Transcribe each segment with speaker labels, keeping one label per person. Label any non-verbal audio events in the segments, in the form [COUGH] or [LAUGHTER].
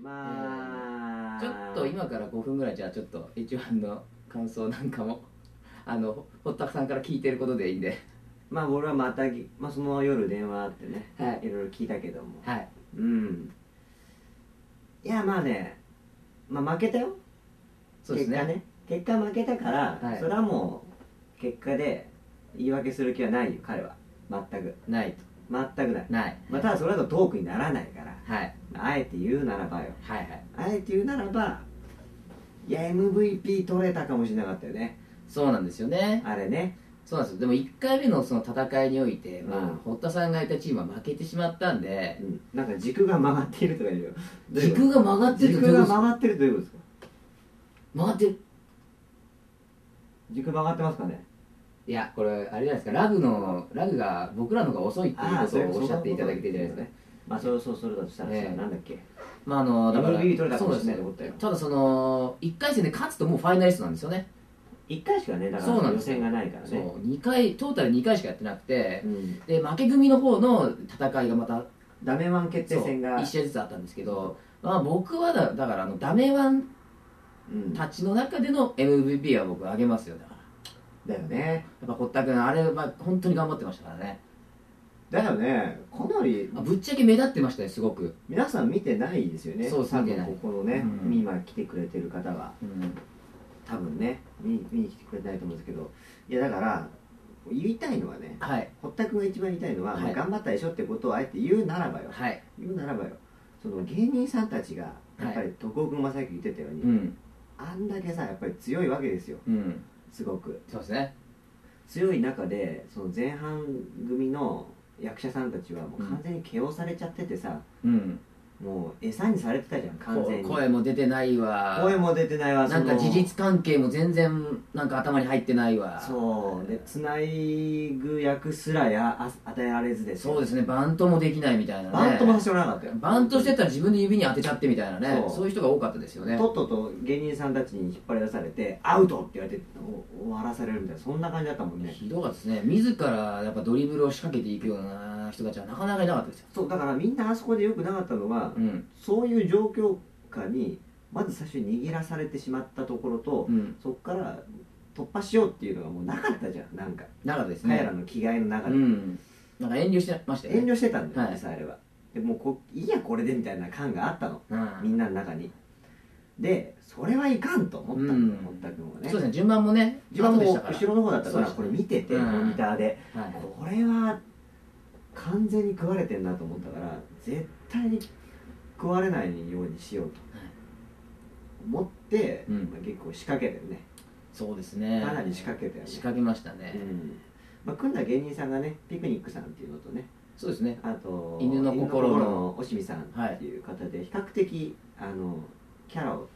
Speaker 1: まあ
Speaker 2: ちょっと今から5分ぐらいじゃあちょっと一番の感想なんかも [LAUGHS] あの堀田さんから聞いてることでいいんで
Speaker 1: まあ俺はまたぎ、まあ、その夜電話あってね、
Speaker 2: はい
Speaker 1: いろいろ聞いたけども
Speaker 2: はい
Speaker 1: うんいやまあねまあ負けたよ
Speaker 2: そうですね
Speaker 1: 結果ね結果負けたから、
Speaker 2: はい
Speaker 1: それはもう結果で言い訳する気はないよ彼は全く
Speaker 2: ないと
Speaker 1: 全くない、
Speaker 2: ない
Speaker 1: まあ、ただそれだとトークにならないから
Speaker 2: はい
Speaker 1: あえて言うならばよ
Speaker 2: はいはい
Speaker 1: あえて言うならばいや MVP 取れたかもしれなかったよね
Speaker 2: そうなんですよね
Speaker 1: あれね
Speaker 2: そうなんですよでも1回目のその戦いにおいて、まあ
Speaker 1: うん
Speaker 2: 堀田さんがいたチームは負けてしまったんで
Speaker 1: うんなんか軸が曲がっているとか言うよどういうこと
Speaker 2: 軸が曲がってるって
Speaker 1: 軸
Speaker 2: どういう
Speaker 1: が
Speaker 2: ことですか
Speaker 1: 曲がってるということですか
Speaker 2: 曲がってる
Speaker 1: 軸曲がってますかね
Speaker 2: いやこれあれじゃないですかラグのラグが僕らの方が遅いっていうことをおっしゃっていただけてるじゃないですか
Speaker 1: まあそうそうそれだとしたら
Speaker 2: ね
Speaker 1: さなんだっけ
Speaker 2: まああのだから
Speaker 1: MVP 取れたか
Speaker 2: そう
Speaker 1: も
Speaker 2: で
Speaker 1: し
Speaker 2: す
Speaker 1: れないと
Speaker 2: ね
Speaker 1: 思ったよ
Speaker 2: ただその1回戦で勝つともうファイナリストなんですよね
Speaker 1: 1回しかねだか
Speaker 2: そうな
Speaker 1: ら
Speaker 2: ん
Speaker 1: 予
Speaker 2: ですよ
Speaker 1: 選がないから
Speaker 2: そう
Speaker 1: ね
Speaker 2: 2回トータル2回しかやってなくて
Speaker 1: うん
Speaker 2: で負け組の方の戦いがまた
Speaker 1: ダメマン決定戦が
Speaker 2: 1試合ずつあったんですけど、まあ、僕はだだからあのダメワン
Speaker 1: うん
Speaker 2: たちの中での MVP は僕あげますよだから
Speaker 1: だよね
Speaker 2: やっぱ堀田君あれは本当に頑張ってましたからね
Speaker 1: だよねかなり
Speaker 2: あぶっちゃけ目立ってましたねすごく、
Speaker 1: 皆さん見てないですよね
Speaker 2: そうです
Speaker 1: 多
Speaker 2: 見て
Speaker 1: 分
Speaker 2: ない
Speaker 1: ここのね
Speaker 2: うん
Speaker 1: 今来てくれてる方は
Speaker 2: うん、
Speaker 1: 多分ね見見に来てくれてないと思うんですけどいやだから言いたいのはね
Speaker 2: はい
Speaker 1: 堀田君が一番言いたいのは、
Speaker 2: はい
Speaker 1: まあ頑張ったでしょってことをあえて言うならばよ
Speaker 2: はい
Speaker 1: 言うならばよその芸人さんたちがやっぱ
Speaker 2: は
Speaker 1: り徳尾君もさっき言ってたように、
Speaker 2: うん
Speaker 1: あんだけさやっぱり強いわけですよ
Speaker 2: うん
Speaker 1: すごく
Speaker 2: そうですね
Speaker 1: 強い中でその前半組の役者さんたちはもう完全に毛をされちゃっててさ、
Speaker 2: うん
Speaker 1: もう餌にされてたじゃん完全に
Speaker 2: こ声も出てないわ
Speaker 1: 声も出てないわ
Speaker 2: なんか
Speaker 1: その
Speaker 2: 事実関係も全然なんか頭に入ってないわ
Speaker 1: そうでつないぐ役すらやあ与えられずですよ
Speaker 2: そうですねバントもできないみたいなね
Speaker 1: バントもさせてもらわなかったよ
Speaker 2: バントしてたら自分の指に当てちゃってみたいなね
Speaker 1: そ
Speaker 2: そうういう人が多かったですよね
Speaker 1: とっとと芸人さんたちに引っ張り出されてアウトって言われてお終わらされるみたいなそんな感じだったもんね
Speaker 2: ひどかったですね自らやっぱドリブルを仕掛けていくような人たちはなかなかいなかったですよ
Speaker 1: そうだからみんなあそこでよくなかったのは、
Speaker 2: うん
Speaker 1: そういう状況下にまず最初に握らされてしまったところと、
Speaker 2: うん
Speaker 1: そこから突破しようっていうのがもうなかったじゃんなんか
Speaker 2: なかったですね
Speaker 1: 彼らの着替えの中
Speaker 2: う
Speaker 1: で、
Speaker 2: んなんか遠慮してましたよね
Speaker 1: 遠慮してたんだよ、
Speaker 2: はい
Speaker 1: 実際あれはでもうこういいやこれでみたいな感があったの
Speaker 2: うん
Speaker 1: みんなの中にでそれはいかんと思ったんだよ
Speaker 2: うん
Speaker 1: 堀田君はね
Speaker 2: そうですね順番もね
Speaker 1: 自分はも
Speaker 2: 後
Speaker 1: う
Speaker 2: でしたから
Speaker 1: 後ろの方だったから
Speaker 2: そう
Speaker 1: こ
Speaker 2: で
Speaker 1: れ
Speaker 2: すね
Speaker 1: 見てて
Speaker 2: うん
Speaker 1: モニターで
Speaker 2: はい
Speaker 1: これは完全に食われてんなと思ったから絶対に食われないようにしようと
Speaker 2: はい
Speaker 1: 思って、
Speaker 2: うん
Speaker 1: まあ、結構仕掛けてるね
Speaker 2: そうですね
Speaker 1: かなり仕掛けたよね
Speaker 2: 仕掛けましたね
Speaker 1: うんまあ、組んだ芸人さんがねピクニックさんっていうのとね
Speaker 2: そうですね
Speaker 1: あと
Speaker 2: 犬の心の
Speaker 1: おしみさんっていう方で、比較的あのキャラを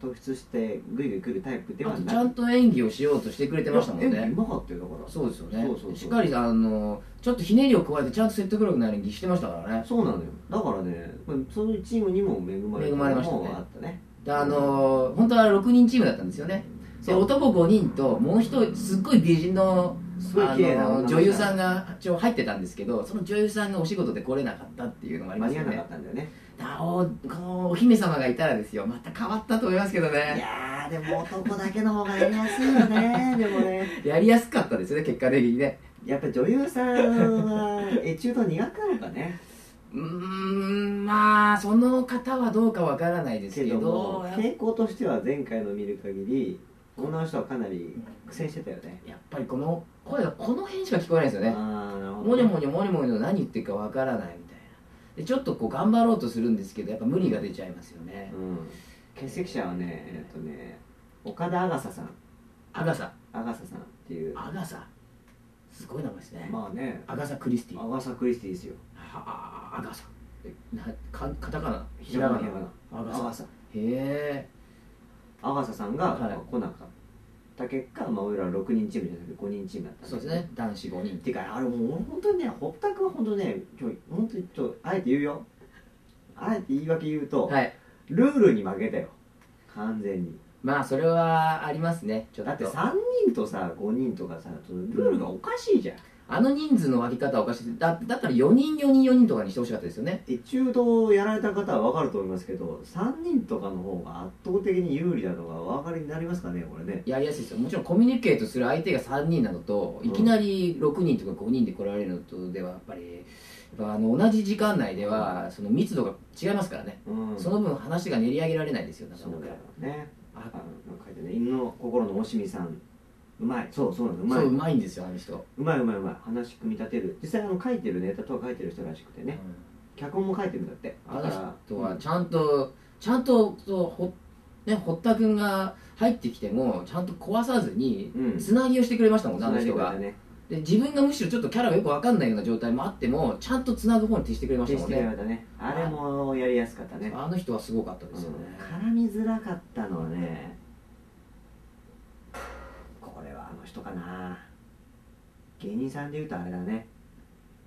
Speaker 1: 突出してグイグイ来るタイプで
Speaker 2: あ
Speaker 1: は
Speaker 2: と
Speaker 1: な
Speaker 2: ちゃんと演技をしようとしてくれてましたもん
Speaker 1: いや演
Speaker 2: ね
Speaker 1: 技うまかったよだから
Speaker 2: そうですよ
Speaker 1: そ
Speaker 2: ね
Speaker 1: うそうそう
Speaker 2: しっかりあのちょっとひねりを加えてちゃんと説得力のある演技してましたからね
Speaker 1: そうなのよだからねまあそういうチームにも恵まれ
Speaker 2: 恵まれましたね
Speaker 1: もあったね
Speaker 2: であの本当は6人チームだったんですよねで
Speaker 1: そう
Speaker 2: 男5人ともう一人すっごい美人の
Speaker 1: すごい
Speaker 2: あ
Speaker 1: 綺麗な女の
Speaker 2: の
Speaker 1: 子
Speaker 2: 女優さんが一応入ってたんですけどその女優さんがお仕事で来れなかったっていうのもあり
Speaker 1: 間
Speaker 2: ます
Speaker 1: に合わ
Speaker 2: よ
Speaker 1: なかった
Speaker 2: ね
Speaker 1: んだよね
Speaker 2: あおこのお姫様がいたらですよまた変わったと思いますけ
Speaker 1: [LAUGHS]
Speaker 2: ど
Speaker 1: い
Speaker 2: ね
Speaker 1: やーでも男だけの方がやりやすいよ
Speaker 2: [LAUGHS]
Speaker 1: ねでもね
Speaker 2: やりやすかったですよね結果的にね
Speaker 1: やっぱ女優さんはエチュード苦手なのかね
Speaker 2: うーんまあその方はどうかわからないです
Speaker 1: け
Speaker 2: け
Speaker 1: ど
Speaker 2: ど
Speaker 1: も
Speaker 2: やっ
Speaker 1: 傾向としては前回の見る限り女の人はかなり苦戦してたよね
Speaker 2: やっぱりこの声がこの辺しか聞こえないんですよね
Speaker 1: ああなるほど
Speaker 2: もにょもにょもにょもにょ何言ってるかわからないみたいなでちょっとこう頑張ろうとするんですけどやっぱ無理が出ちゃいますよね
Speaker 1: うん欠席者はねえっとね岡田アガサさん
Speaker 2: アガサ
Speaker 1: アガサさんっていう
Speaker 2: アガサすごい名前ですね、
Speaker 1: まあね
Speaker 2: アガサ・クリスティ
Speaker 1: アガサ・クリスティですよ
Speaker 2: はアガサえなかカタカナ
Speaker 1: ひらがな
Speaker 2: ア
Speaker 1: ア
Speaker 2: ガ
Speaker 1: ガ
Speaker 2: サ
Speaker 1: サ
Speaker 2: へえ
Speaker 1: アガサさんが
Speaker 2: はい
Speaker 1: 来なかった結果、まあ、俺ら6人チームじゃなくて5人チームだったん
Speaker 2: そうですね男子5人
Speaker 1: てかあれもう本当にね堀田君は本当ね今日本当にちょっとあえて言うよあえて言い訳言うと、
Speaker 2: はい
Speaker 1: ルールに負けたよ完全に
Speaker 2: まあそれはありますねちょっと
Speaker 1: だって3人とさ5人とかさそのルールがおかしいじゃん、
Speaker 2: あの人数の割り方はおかしいだだったら4人4人4人とかにしてほしかったですよね
Speaker 1: 一度やられた方は分かると思いますけど3人とかの方が圧倒的に有利だとかお分かりになりますかねこれね
Speaker 2: やりやすいですよもちろんコミュニケートする相手が3人なのと
Speaker 1: うん
Speaker 2: いきなり6人とか5人で来られるのとではやっぱりやっぱあの同じ時間内ではその密度が違いますからね、
Speaker 1: うん
Speaker 2: その分話が練り上げられないですよなか
Speaker 1: そう
Speaker 2: なか
Speaker 1: だよね
Speaker 2: あ
Speaker 1: あなんか書いてね犬の心のおしみさんうまいそうそうなんですうまい
Speaker 2: そうう
Speaker 1: う
Speaker 2: まいんですよあの人、
Speaker 1: まいうまいうまい話組み立てる実際あの書いてるネタとか書いてる人らしくてね脚本も書いてるんだって
Speaker 2: あ
Speaker 1: だ
Speaker 2: の人
Speaker 1: う
Speaker 2: は
Speaker 1: ん
Speaker 2: ちゃんとちゃんとそうほ、ね、堀田君が入ってきてもちゃんと壊さずに
Speaker 1: うん
Speaker 2: つなぎをしてくれましたもんね、あの人
Speaker 1: 繋
Speaker 2: が
Speaker 1: いでくれたね
Speaker 2: で自分がむしろちょっとキャラがよく分かんないような状態もあってもちゃんとつなぐ方に徹してくれました
Speaker 1: 消し
Speaker 2: もん
Speaker 1: てく
Speaker 2: ね
Speaker 1: れたねあれもやりやすかったね
Speaker 2: あの人はすごかったですよね、
Speaker 1: 絡みづらかったのはねこれはあの人かな芸人さんでいうとあれだね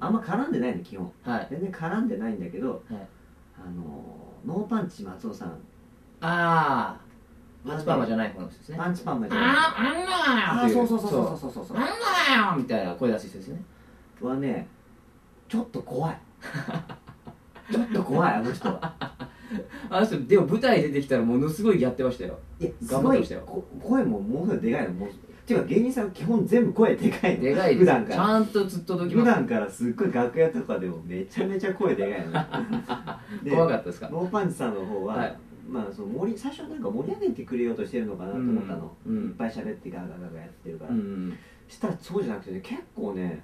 Speaker 1: あんま絡んでないね基本
Speaker 2: はい
Speaker 1: 全然絡んでないんだけど、
Speaker 2: はい
Speaker 1: あのノーパンチ松尾さん
Speaker 2: ああパンチパーマじゃない方の人ですね
Speaker 1: パンチパンマじゃない
Speaker 2: ああ
Speaker 1: あ
Speaker 2: あん
Speaker 1: あ
Speaker 2: なよってい
Speaker 1: そうそうそうそうそうそうそう
Speaker 2: あんなよみたいな声出す人ですね
Speaker 1: はねちょっと怖いちょっと怖いあの人は
Speaker 2: あの人でも舞台出てきたらものすごいやってました
Speaker 1: [LAUGHS]
Speaker 2: よ
Speaker 1: いやす
Speaker 2: 頑張っ
Speaker 1: ご
Speaker 2: て
Speaker 1: い
Speaker 2: ましたよ
Speaker 1: こ声もものすごいでかいのもうていうか芸人さんは基本全部声でかいの
Speaker 2: でかいです
Speaker 1: 普段か
Speaker 2: ち
Speaker 1: ら
Speaker 2: ゃんとずっと届き
Speaker 1: 普
Speaker 2: ます
Speaker 1: 段からすっごい楽屋とかでもめちゃめちゃ声でかい
Speaker 2: [LAUGHS]
Speaker 1: の
Speaker 2: 怖か
Speaker 1: っ
Speaker 2: ったですか
Speaker 1: ノーパンチさんの方は、
Speaker 2: はい
Speaker 1: まあその盛り最初はなんか盛り上げてくれようとしてるのかなと思ったの、
Speaker 2: うんうん
Speaker 1: いっぱい喋ってガーガーガーガーやってるから、
Speaker 2: うん
Speaker 1: したらそうじゃなくてね結構ね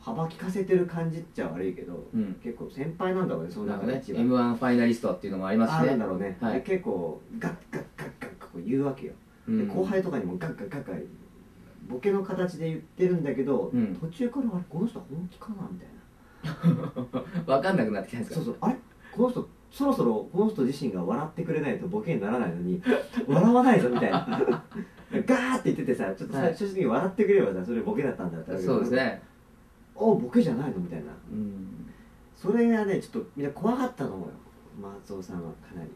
Speaker 1: 幅利かせてる感じっちゃ悪いけど
Speaker 2: うん
Speaker 1: 結構先輩なんだろうねその
Speaker 2: なん
Speaker 1: 中
Speaker 2: か
Speaker 1: で
Speaker 2: ね
Speaker 1: 一
Speaker 2: m
Speaker 1: 番、
Speaker 2: 1ファイナリストっていうのもありま
Speaker 1: あ
Speaker 2: す
Speaker 1: あ
Speaker 2: し
Speaker 1: なん
Speaker 2: ね
Speaker 1: だろうね、
Speaker 2: はい
Speaker 1: で結構ガッガッガッガッガッこう言うわけよ、
Speaker 2: う
Speaker 1: で
Speaker 2: ん
Speaker 1: 後輩とかにもガッガッガッガッボケの形で言ってるんだけど、
Speaker 2: うん
Speaker 1: 途中からあれこの人本気かなみたいな
Speaker 2: 分かんなくなってきたんです
Speaker 1: そうそ
Speaker 2: か
Speaker 1: うあれこの人そろそろこの人自身が笑ってくれないとボケにならないのに笑わないぞみたいなガーって言っててさちょっと最終的に笑ってくれればさそれボケだったんだったら
Speaker 2: そうですね
Speaker 1: おボケじゃないのみたいな
Speaker 2: うん
Speaker 1: それがねちょっとみんな怖かったと思うよ松尾さんはかなり
Speaker 2: なる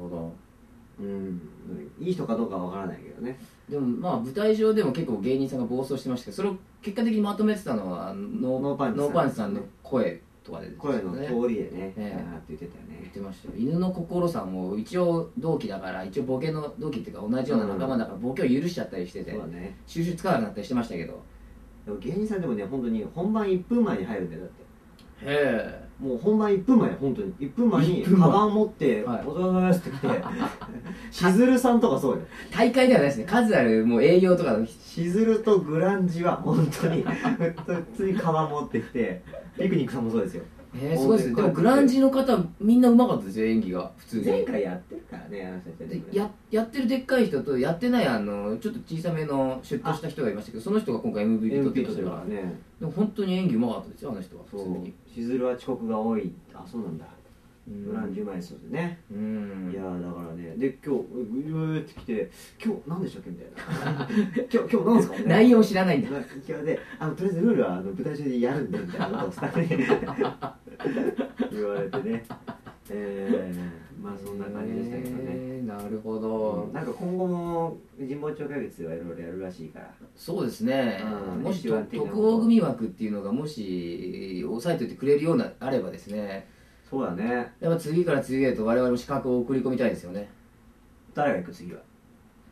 Speaker 2: ほど
Speaker 1: うんいい人かどうかはわからないけどね
Speaker 2: でもまあ舞台上でも結構芸人さんが暴走してましたけどそれを結果的にまとめてたのはあのノ
Speaker 1: ノーパンチさん
Speaker 2: ノーパンチさんの声とかでです
Speaker 1: 声
Speaker 2: ね
Speaker 1: の通りでね
Speaker 2: え
Speaker 1: ガ
Speaker 2: え
Speaker 1: ーって言ってたよ
Speaker 2: 言
Speaker 1: ね
Speaker 2: ってましたよ犬の心さんも一応同期だから一応ボケの同期っていうか同じような仲間だからボケを許しちゃったりしてて
Speaker 1: そうだね
Speaker 2: 収集つかなくなったりしてましたけど
Speaker 1: でも芸人さんでもね本当に本番1分前に入るんだよだって
Speaker 2: へえ
Speaker 1: もう本番1分前本当に1分前に
Speaker 2: 1分前
Speaker 1: カバン持って「お
Speaker 2: はい
Speaker 1: 疲れ様です」って来てしずるさんとかそうよ
Speaker 2: 大会ではないですね数あるもう営業とかの
Speaker 1: しずるとグランジは本当に普通にカバン持ってきてピクニックさんもそうですよ
Speaker 2: えー、すごいですね
Speaker 1: こう
Speaker 2: で
Speaker 1: や
Speaker 2: も
Speaker 1: って
Speaker 2: グランジの方みんなうまかったですよ演技が普通に
Speaker 1: 前回やってるからねあの人たちは
Speaker 2: で
Speaker 1: ね
Speaker 2: ややってるでっかい人とやってないあのちょっと小さめの出頭した人がいましたけどその人が今回 MVP 取って
Speaker 1: MP
Speaker 2: ま
Speaker 1: と
Speaker 2: し
Speaker 1: す
Speaker 2: た
Speaker 1: る
Speaker 2: か
Speaker 1: かららね
Speaker 2: でも本当に演技うまかったですよあの人は普
Speaker 1: そ
Speaker 2: 通
Speaker 1: う
Speaker 2: に
Speaker 1: しずるは遅刻が多いあそうなんだ
Speaker 2: うん
Speaker 1: グランジうまいですよね、
Speaker 2: うん
Speaker 1: いやーだからねで今日うーって来て「今日何でしたっけ?」み
Speaker 2: [LAUGHS]
Speaker 1: たいな「今日今日何ですか?」みたいな
Speaker 2: 内容知らないんだ
Speaker 1: まあ、いやであのとりあえずルールはあの舞台中でやるんでみたいなことをスタ
Speaker 2: [LAUGHS]
Speaker 1: ッフに言われてねえー、まあそんな感じでしたけどね、
Speaker 2: えーなるほど、
Speaker 1: なんか今後も神保町花月はいろいろやるらしいから
Speaker 2: そうですね、
Speaker 1: うん
Speaker 2: もし
Speaker 1: 一番的な
Speaker 2: 特王組枠っていうのがもし抑えておいてくれるようなあればですね
Speaker 1: そうだね
Speaker 2: やっぱ次から次へと我々も資格を送り込みたいですよね
Speaker 1: 誰が行く次は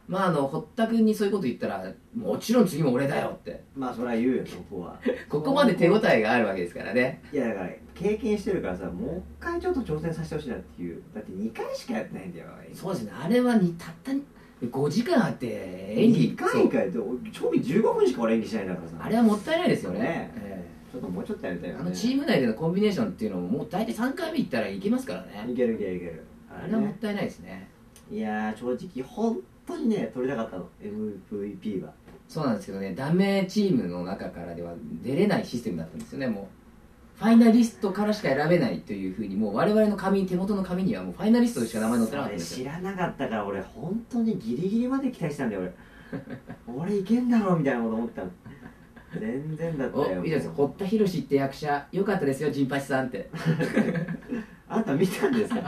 Speaker 2: まああの堀田君にそういうこと言ったらもちろん次も俺だよって
Speaker 1: まあそれは言うよそこは
Speaker 2: [LAUGHS] ここまで手応えがあるわけですからね
Speaker 1: いやだから経験してるからさもう一回ちょっと挑戦させてほしいなっていうだって2回しかやってないんだよ
Speaker 2: そうですねあれはにたったに5時間あって演技
Speaker 1: 2回かよって俺賞味15分しか俺演技しないんだからさ
Speaker 2: あれはもったいないですよね
Speaker 1: ね
Speaker 2: え
Speaker 1: ちょっともうちょっとやりたい
Speaker 2: え
Speaker 1: よね
Speaker 2: あのチーム内でのコンビネーションっていうのももう大体3回目いったらいけますからね
Speaker 1: いけるいけるいける
Speaker 2: あれはもったいないですね
Speaker 1: いやー正直本当にね取りたかったの MVP は
Speaker 2: そうなんですけどねダメチームの中からでは出れないシステムだったんですよねもうファイナリストからしか選べないというふうにもう我々の紙手元の紙にはもうファイナリストしか名前載ってなかったんです
Speaker 1: それ
Speaker 2: よ
Speaker 1: 知らなかったから俺本当にギリギリまで期待したんだよ
Speaker 2: [LAUGHS]
Speaker 1: 俺俺いけんだろうみたいなこと思ったの全然だった
Speaker 2: おい
Speaker 1: よ
Speaker 2: いです堀田博って役者よかったですよ陣八さんって [LAUGHS]
Speaker 1: あんた見たんですか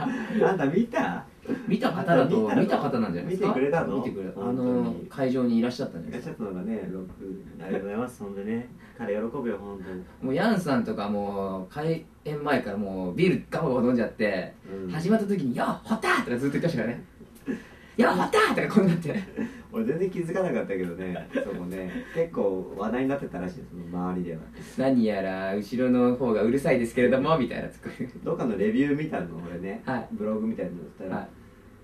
Speaker 1: あんた見た
Speaker 2: 見た方だと
Speaker 1: 見たの
Speaker 2: 見た方なんじゃないですか
Speaker 1: 見てくれたの
Speaker 2: 見てくれたあ
Speaker 1: 本当に
Speaker 2: の会場にいらっしゃったんじゃない
Speaker 1: ガチ
Speaker 2: です
Speaker 1: ャ
Speaker 2: か
Speaker 1: ットのがね、ロックありがとうございます。ほんでね、彼喜ぶよ、本当に。
Speaker 2: もうヤンさんとかもう開演前からもうビールガバガバ飲んじゃって
Speaker 1: うん
Speaker 2: 始まった時に「よっホッター!」とかずっと言ってまし
Speaker 1: [LAUGHS]
Speaker 2: たからね「よっホッター!」とかこうなって
Speaker 1: 俺全然気づかなかったけどね、そこね、結構話題になってたらしいです、周りでは。
Speaker 2: 何やら後ろの方がうるさいですけれどもみたいな作り
Speaker 1: どっかのレビューみたいなの俺ね、
Speaker 2: はい
Speaker 1: ブログみたいなのしたら、
Speaker 2: はい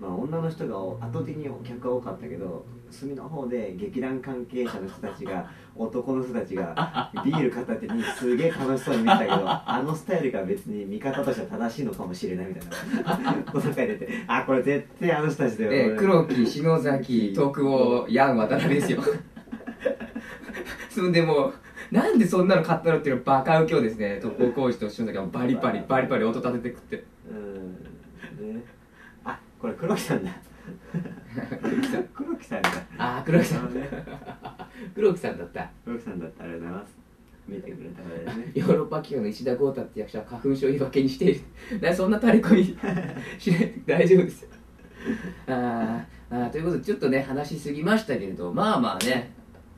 Speaker 1: まあ女の人が圧倒的にお客が多かったけど隅の方で劇団関係者の人たち
Speaker 2: [LAUGHS]
Speaker 1: が男の人たちがビール片手にすげえ楽しそうに見てたけどあのスタイルが別に見方としては正しいのかもしれないみたい
Speaker 2: [LAUGHS]
Speaker 1: なこの中で出てあこれ絶対あの人たちだよ、
Speaker 2: で黒木篠崎徳夫ヤン渡辺ですよ [LAUGHS] そんでもうなんでそんなの買ったのっていうのバカウキョですね徳夫浩二と篠崎はバリバリバリバリ音立てて食って
Speaker 1: うんねあこれ黒木さんだ [LAUGHS] 黒木さんだ
Speaker 2: ああ黒木さん
Speaker 1: あのね
Speaker 2: [LAUGHS] 黒木さんだった
Speaker 1: 黒木さんだったありがとうございます見てくれたからですね
Speaker 2: ヨーロッパ企業の石田豪太って役者は花粉症を言い訳にしているだそんな垂れ込みしないで大丈夫ですよあーあーということでちょっとね話しすぎましたけれどまあまあね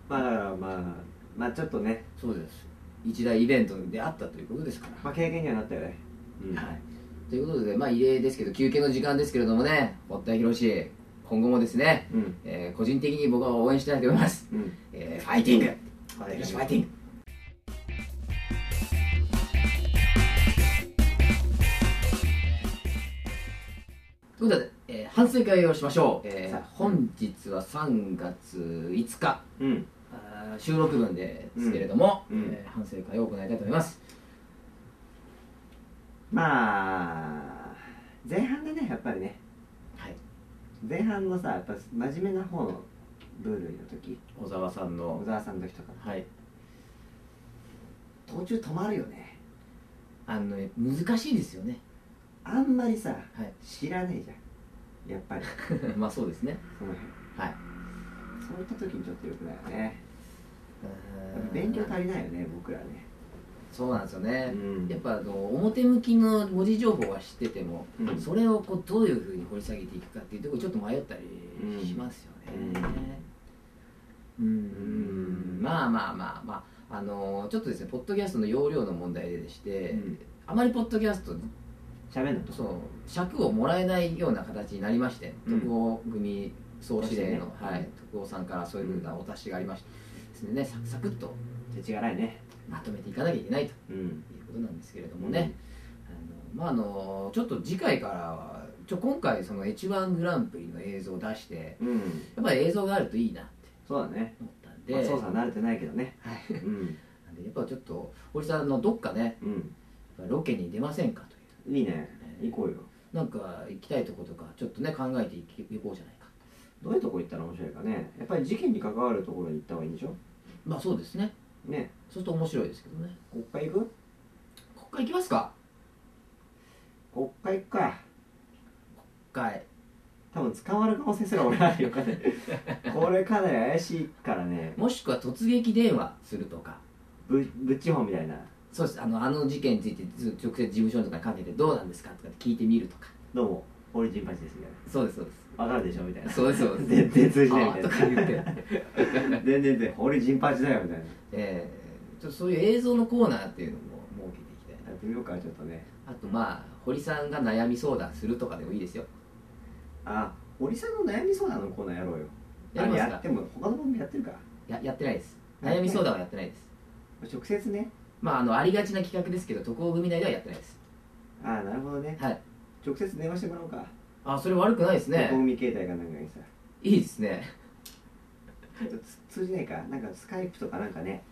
Speaker 1: まあだからまあまあちょっとね、
Speaker 2: そうです一大イベントであったということですから
Speaker 1: まあ、経験にはなったよね、うん
Speaker 2: はい、ということで、まあ、異例ですけど休憩の時間ですけれどもね堀田博士今後もですね、
Speaker 1: うん
Speaker 2: えー個人的に僕は応援したいと思います、
Speaker 1: うん
Speaker 2: えーファイティング堀田博士ファイティングということで、えー反省会をしましょう、えー
Speaker 1: さあ
Speaker 2: 本日は3月5日
Speaker 1: うん
Speaker 2: あー収録分ですけれども、
Speaker 1: うんうん
Speaker 2: えー反省会を行いたいと思います
Speaker 1: まあ前半だねやっぱりね
Speaker 2: はい
Speaker 1: 前半のさやっぱ真面目な方の部類の時
Speaker 2: 小沢さんの
Speaker 1: 小沢さんの時とか
Speaker 2: はい
Speaker 1: 途中止まるよね
Speaker 2: あのね難しいですよね
Speaker 1: あんまりさ
Speaker 2: はい [LAUGHS]
Speaker 1: 知らねえじゃんやっぱり
Speaker 2: まあそうですね
Speaker 1: その辺
Speaker 2: はい
Speaker 1: そういった時にちょっとよくないよね勉強足りないよね僕らね
Speaker 2: そうなんですよね、
Speaker 1: うん
Speaker 2: やっぱあの表向きの文字情報は知ってても、
Speaker 1: うん
Speaker 2: それをこうどういうふうに掘り下げていくかっていうところちょっと迷ったりしますよねう
Speaker 1: ん
Speaker 2: ん、まあまあまあまああのちょっとですねポッドキャストの容量の問題でして、
Speaker 1: うん
Speaker 2: あまりポッドキャスト
Speaker 1: 喋んのと
Speaker 2: その尺をもらえないような形になりまして、
Speaker 1: うん
Speaker 2: 徳尾組総司令
Speaker 1: そ
Speaker 2: の、
Speaker 1: うですね
Speaker 2: はい、徳尾さんからそういうふうなお達しがありまして、ですね、サクサクっと
Speaker 1: 手違いね
Speaker 2: まとめていかなきゃいけないと
Speaker 1: うん
Speaker 2: いうことなんですけれどもね、あのまああのちょっと次回からはちょ今回その H1 グランプリの映像を出して
Speaker 1: うん
Speaker 2: やっぱり映像があるといいなって
Speaker 1: そうだね
Speaker 2: 思ったんで、
Speaker 1: まあ操作は慣れてないけどね
Speaker 2: はい
Speaker 1: うん
Speaker 2: なんでやっぱちょっと堀さんのどっかね
Speaker 1: うん
Speaker 2: ロケに出ませんかとい
Speaker 1: いいね行こうよ
Speaker 2: うなんか行きたいとことかちょっとね考えていきいこうじゃないか
Speaker 1: どういうとこ行ったら面白いかねやっぱり事件に関わるところに行った方がいいんでしょ
Speaker 2: まあそうですね
Speaker 1: ね
Speaker 2: そうすると面白いですけどね
Speaker 1: 国会行く
Speaker 2: 国会行きますか
Speaker 1: 国会行くか
Speaker 2: 国会
Speaker 1: 多分捕まる可能性すら俺はあるよか
Speaker 2: [LAUGHS]
Speaker 1: ねこれかなり怪しいからね
Speaker 2: もしくは突撃電話するとか
Speaker 1: ぶぶっちほみたいな
Speaker 2: そうですあのあの事件についてず直接事務所とかにかけてどうなんですかとかって聞いてみるとか
Speaker 1: どうも俺ジンパチですみたい
Speaker 2: そうですそうです
Speaker 1: なわかるでしょみたいな
Speaker 2: そうですそうです
Speaker 1: 全然通じないみ
Speaker 2: あ
Speaker 1: たい
Speaker 2: ーと
Speaker 1: な
Speaker 2: か言って、
Speaker 1: 全然 [LAUGHS] で俺ジンパチだよみたいな
Speaker 2: [LAUGHS] えー、ちょっとそういう映像のコーナーっていうのも設けていきたい
Speaker 1: やってみようかちょっとね
Speaker 2: あとまあ堀さんが悩み相談するとかでもいいですよ
Speaker 1: あ堀さんの悩み相談のコーナーやろうよ
Speaker 2: や
Speaker 1: あ
Speaker 2: り
Speaker 1: れ
Speaker 2: ますか
Speaker 1: やっても他の番組やってるか
Speaker 2: ややってないです悩み相談はやってないです
Speaker 1: 直接ね
Speaker 2: まああのありがちな企画ですけど渡航組内ではやってないです
Speaker 1: ああなるほどね
Speaker 2: はい
Speaker 1: 直接電話してもらおうか
Speaker 2: あそれ悪くないです
Speaker 1: コン
Speaker 2: ね
Speaker 1: ビ携帯かなんかにさ
Speaker 2: いいですね
Speaker 1: ちょっとつ通じないかなんかスカイプとかなんかね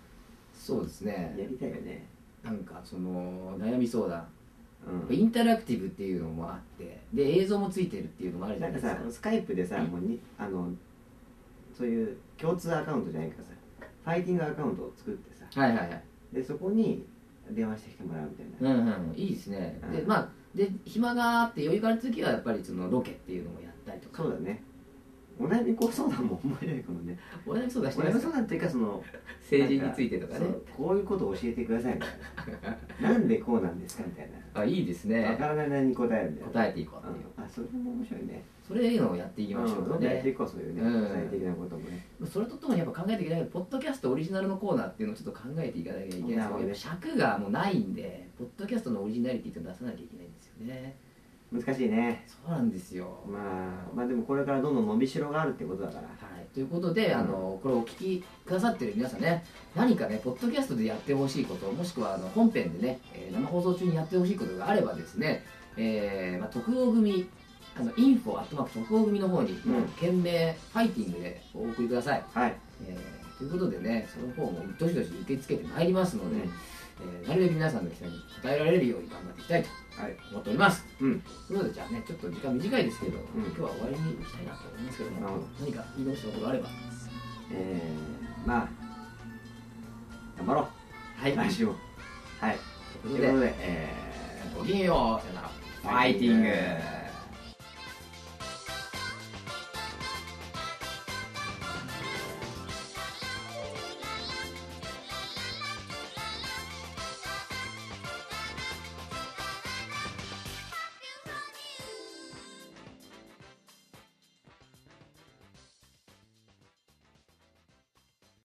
Speaker 2: そうですね
Speaker 1: やりたいよね
Speaker 2: なんかその悩み相談
Speaker 1: うん
Speaker 2: インタラクティブっていうのもあってで映像もついてるっていうのもあるじ
Speaker 1: な
Speaker 2: ゃなんい
Speaker 1: か
Speaker 2: ですか
Speaker 1: さスカイプでさもうにあのそういう共通アカウントじゃないからさファイティングアカウントを作ってさ
Speaker 2: はいはいはい
Speaker 1: でそこに電話してきてもらうみたいな、
Speaker 2: うんうんいいですね、で
Speaker 1: うん
Speaker 2: まあで暇があって余裕がある時はやっぱりそのロケっていうのもやったりとか
Speaker 1: そうだねお悩みこう相談も面白いかもね
Speaker 2: お悩み相談
Speaker 1: お
Speaker 2: して
Speaker 1: 悩
Speaker 2: ま
Speaker 1: み
Speaker 2: す
Speaker 1: 相談っていうかその
Speaker 2: 政治についてとかね
Speaker 1: そうこういうことを教えてくださいみたい
Speaker 2: [LAUGHS]
Speaker 1: ななんでこうなんですかみたい
Speaker 2: あいいです
Speaker 1: なわ
Speaker 2: ね
Speaker 1: からない何に答えるみたいな
Speaker 2: 答えていこうっていう
Speaker 1: うんあそれも面白いね
Speaker 2: それいいのをやっていきまし
Speaker 1: ん
Speaker 2: ょ
Speaker 1: ど
Speaker 2: う
Speaker 1: ど
Speaker 2: ん
Speaker 1: んやって
Speaker 2: ね
Speaker 1: いこうそういうね
Speaker 2: うん
Speaker 1: 具体的なこともね
Speaker 2: それとともにやっぱ考えていけないポッドキャストオリジナルのコーナーっていうのをちょっと考えていかなきゃいけないんですけ
Speaker 1: なる
Speaker 2: ど
Speaker 1: ほど
Speaker 2: やっ
Speaker 1: ね
Speaker 2: ぱ尺がもうないんでポッドキャストのオリジナリティっていうのを出さなきゃいけないんですよね
Speaker 1: 難しいね
Speaker 2: そうなんですよ
Speaker 1: まあまあでもこれからどんどん伸びしろがあるってことだから
Speaker 2: はい、ということで、
Speaker 1: うん
Speaker 2: あのこれをお聞きくださってる皆さんね何かねポッドキャストでやってほしいこともしくはあの本編でね、えー生放送中にやってほしいことがあればですね、えーまあ、特王組あのインフォアットマーク特王組の方に、
Speaker 1: うん
Speaker 2: 懸命ファイティングでお送りください、
Speaker 1: はい
Speaker 2: えーということでねその方もどしどし受け付けてまいりますので、えーなるべく皆さんの期待に応えられるように頑張っていきたいと
Speaker 1: はい
Speaker 2: 思っております、
Speaker 1: うん
Speaker 2: ということでじゃあねちょっと時間短いですけど、
Speaker 1: ん
Speaker 2: 今日は終わりにしたいなと思いますけども、
Speaker 1: なるほど
Speaker 2: 何か言い残したことがあれば
Speaker 1: えーまあ頑張ろ
Speaker 2: は
Speaker 1: う来週もはいと
Speaker 2: とい
Speaker 1: いううこと
Speaker 2: こ
Speaker 1: と
Speaker 2: で、
Speaker 1: でえー
Speaker 2: ごきげんよう、さよなら。
Speaker 1: ファイティング